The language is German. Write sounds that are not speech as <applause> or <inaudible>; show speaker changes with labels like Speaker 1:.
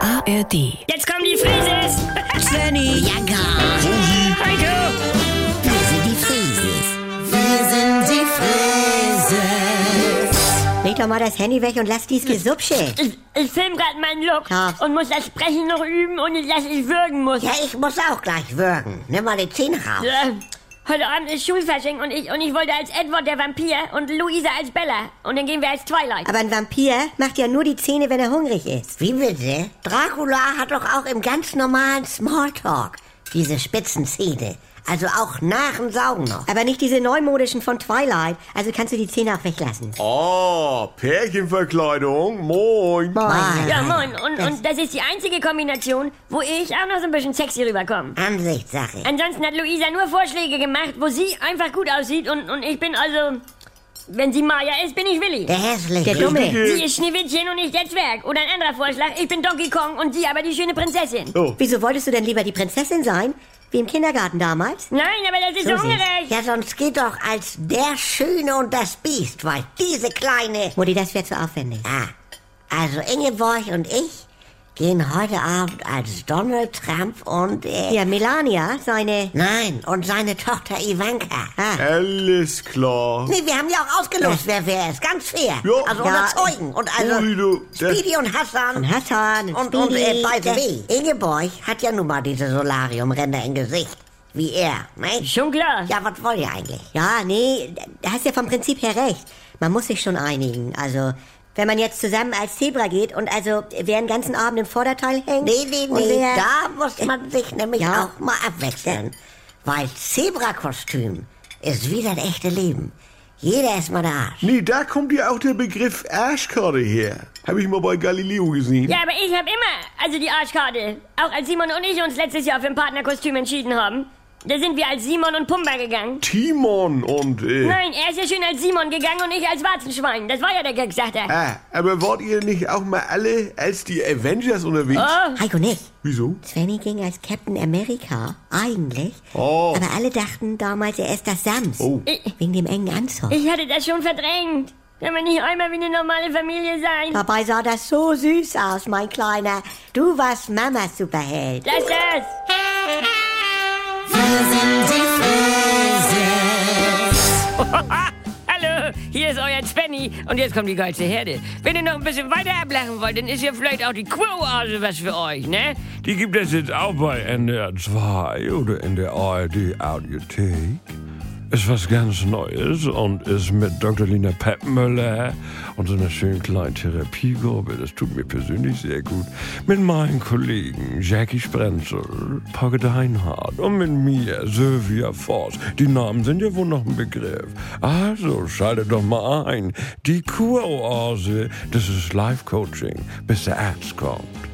Speaker 1: ARD.
Speaker 2: Jetzt kommen die Frises!
Speaker 3: Svenny, Jagger,
Speaker 2: <laughs> Heiko!
Speaker 3: wir sind die Frieses. Wir sind die Frieses. Leg doch mal das Handy weg und lass dies Gesubsche.
Speaker 2: Ich, ich film grad meinen Look
Speaker 3: Ja.
Speaker 2: und muss das Sprechen noch üben, ohne dass ich würgen muss.
Speaker 3: Ja, ich muss auch gleich würgen. Nimm mal die Zähne raus.
Speaker 2: Äh, Heute Abend ist Schulfasching und ich und ich wollte als Edward der Vampir und Luisa als Bella. Und dann gehen wir als Twilight.
Speaker 3: Aber ein Vampir macht ja nur die Zähne, wenn er hungrig ist. Wie bitte? Dracula hat doch auch im ganz normalen Smalltalk diese spitzen Zähne. Also auch nach dem Saugen noch. Aber nicht diese neumodischen von Twilight. Also kannst du die Zähne auch weglassen.
Speaker 4: Ah, Pärchenverkleidung. Moin.
Speaker 3: Moin.
Speaker 2: Ja, moin. Und, und das ist die einzige Kombination, wo ich auch noch so ein bisschen sexy rüberkomme.
Speaker 3: Ansichtssache.
Speaker 2: Ansonsten hat Luisa nur Vorschläge gemacht, wo sie einfach gut aussieht und, und ich bin also... Wenn sie Maya ist, bin ich Willi.
Speaker 3: Der hässliche.
Speaker 4: Der Dumme.
Speaker 2: Sie ist Schneewittchen und ich der Zwerg. Oder ein anderer Vorschlag, ich bin Donkey Kong und sie aber die schöne Prinzessin.
Speaker 4: Oh.
Speaker 3: Wieso wolltest du denn lieber die Prinzessin sein? Wie im Kindergarten damals?
Speaker 2: Nein, aber das ist
Speaker 3: So sieht's.
Speaker 2: ungerecht.
Speaker 3: Ja, sonst geht doch als der Schöne und das Biest, weil diese kleine... Mutti, das wäre zu aufwendig. Ah, also Ingeborg und ich gehen heute Abend als Donald Trump und... Äh, ja, Melania, seine... Nein, und seine Tochter Ivanka. Ah.
Speaker 4: Alles klar.
Speaker 3: Nee, wir haben ja auch ausgelost, wer wer ist. Ganz fair.
Speaker 4: Ja.
Speaker 3: Also
Speaker 4: Ja.
Speaker 3: unter Zeugen. Und also
Speaker 4: Ui, du, der-
Speaker 3: Speedy und Hassan. Und Hassan. Und, und äh, by the way, Ingeborg hat ja nun mal diese Solariumränder im Gesicht. Wie er, ne?
Speaker 2: Schon klar.
Speaker 3: Ja, was wollt ihr eigentlich? Ja, nee, da hast ja vom Prinzip her recht. Man muss sich schon einigen. Also, wenn man jetzt zusammen als Zebra geht und also wer den ganzen Abend im Vorderteil hängt. Nee, nee,
Speaker 1: nee,
Speaker 3: da muss man sich nämlich auch mal abwechseln. Weil Zebrakostüm ist wie das echte Leben. Jeder ist mal der Arsch.
Speaker 4: Nee, da kommt ja auch der Begriff Arschkarte her. Habe ich mal bei Galileo gesehen.
Speaker 2: Ja, aber ich hab immer, also die Arschkarte. Auch als Simon und ich uns letztes Jahr für ein Partnerkostüm entschieden haben, da sind wir als Simon und Pumba gegangen.
Speaker 4: Timon und äh,
Speaker 2: Nein, er ist ja schön als Simon gegangen und ich als Warzenschwein. Das war ja der Gag, sagt er.
Speaker 4: Ah, aber wart ihr nicht auch mal alle als die Avengers unterwegs?
Speaker 2: Oh,
Speaker 3: Heiko nicht.
Speaker 4: Wieso?
Speaker 3: Svenny ging als Captain America, eigentlich.
Speaker 4: Oh.
Speaker 3: Aber alle dachten damals, er ist das Sams.
Speaker 4: Oh.
Speaker 2: ich,
Speaker 3: Wegen dem engen Anzug.
Speaker 2: ich hatte das schon verdrängt. Kann man nicht einmal wie eine normale Familie sein?
Speaker 3: Dabei sah das so süß aus, mein Kleiner. Du warst Mamas Superheld.
Speaker 2: Das ist das. <laughs>
Speaker 5: Hallo, hier ist euer Svenny und jetzt kommt die geilste Herde. Wenn ihr noch ein bisschen weiter ablachen wollt, dann ist hier vielleicht auch die Quo-Oase was für euch, ne?
Speaker 6: Die gibt es jetzt auch bei NDR 2 oder in der ARD Audiothek. Ist was ganz Neues und ist mit Dr. Lina Peppmüller und so einer schönen kleinen Therapiegruppe, das tut mir persönlich sehr gut, mit meinen Kollegen Jackie Sprenzel, Pogge Deinhardt und mit mir, Sylvia Voss. Die Namen sind ja wohl noch ein Begriff. Also schaltet doch mal ein. Die Kuroase, das ist Life-Coaching, bis der Arzt kommt.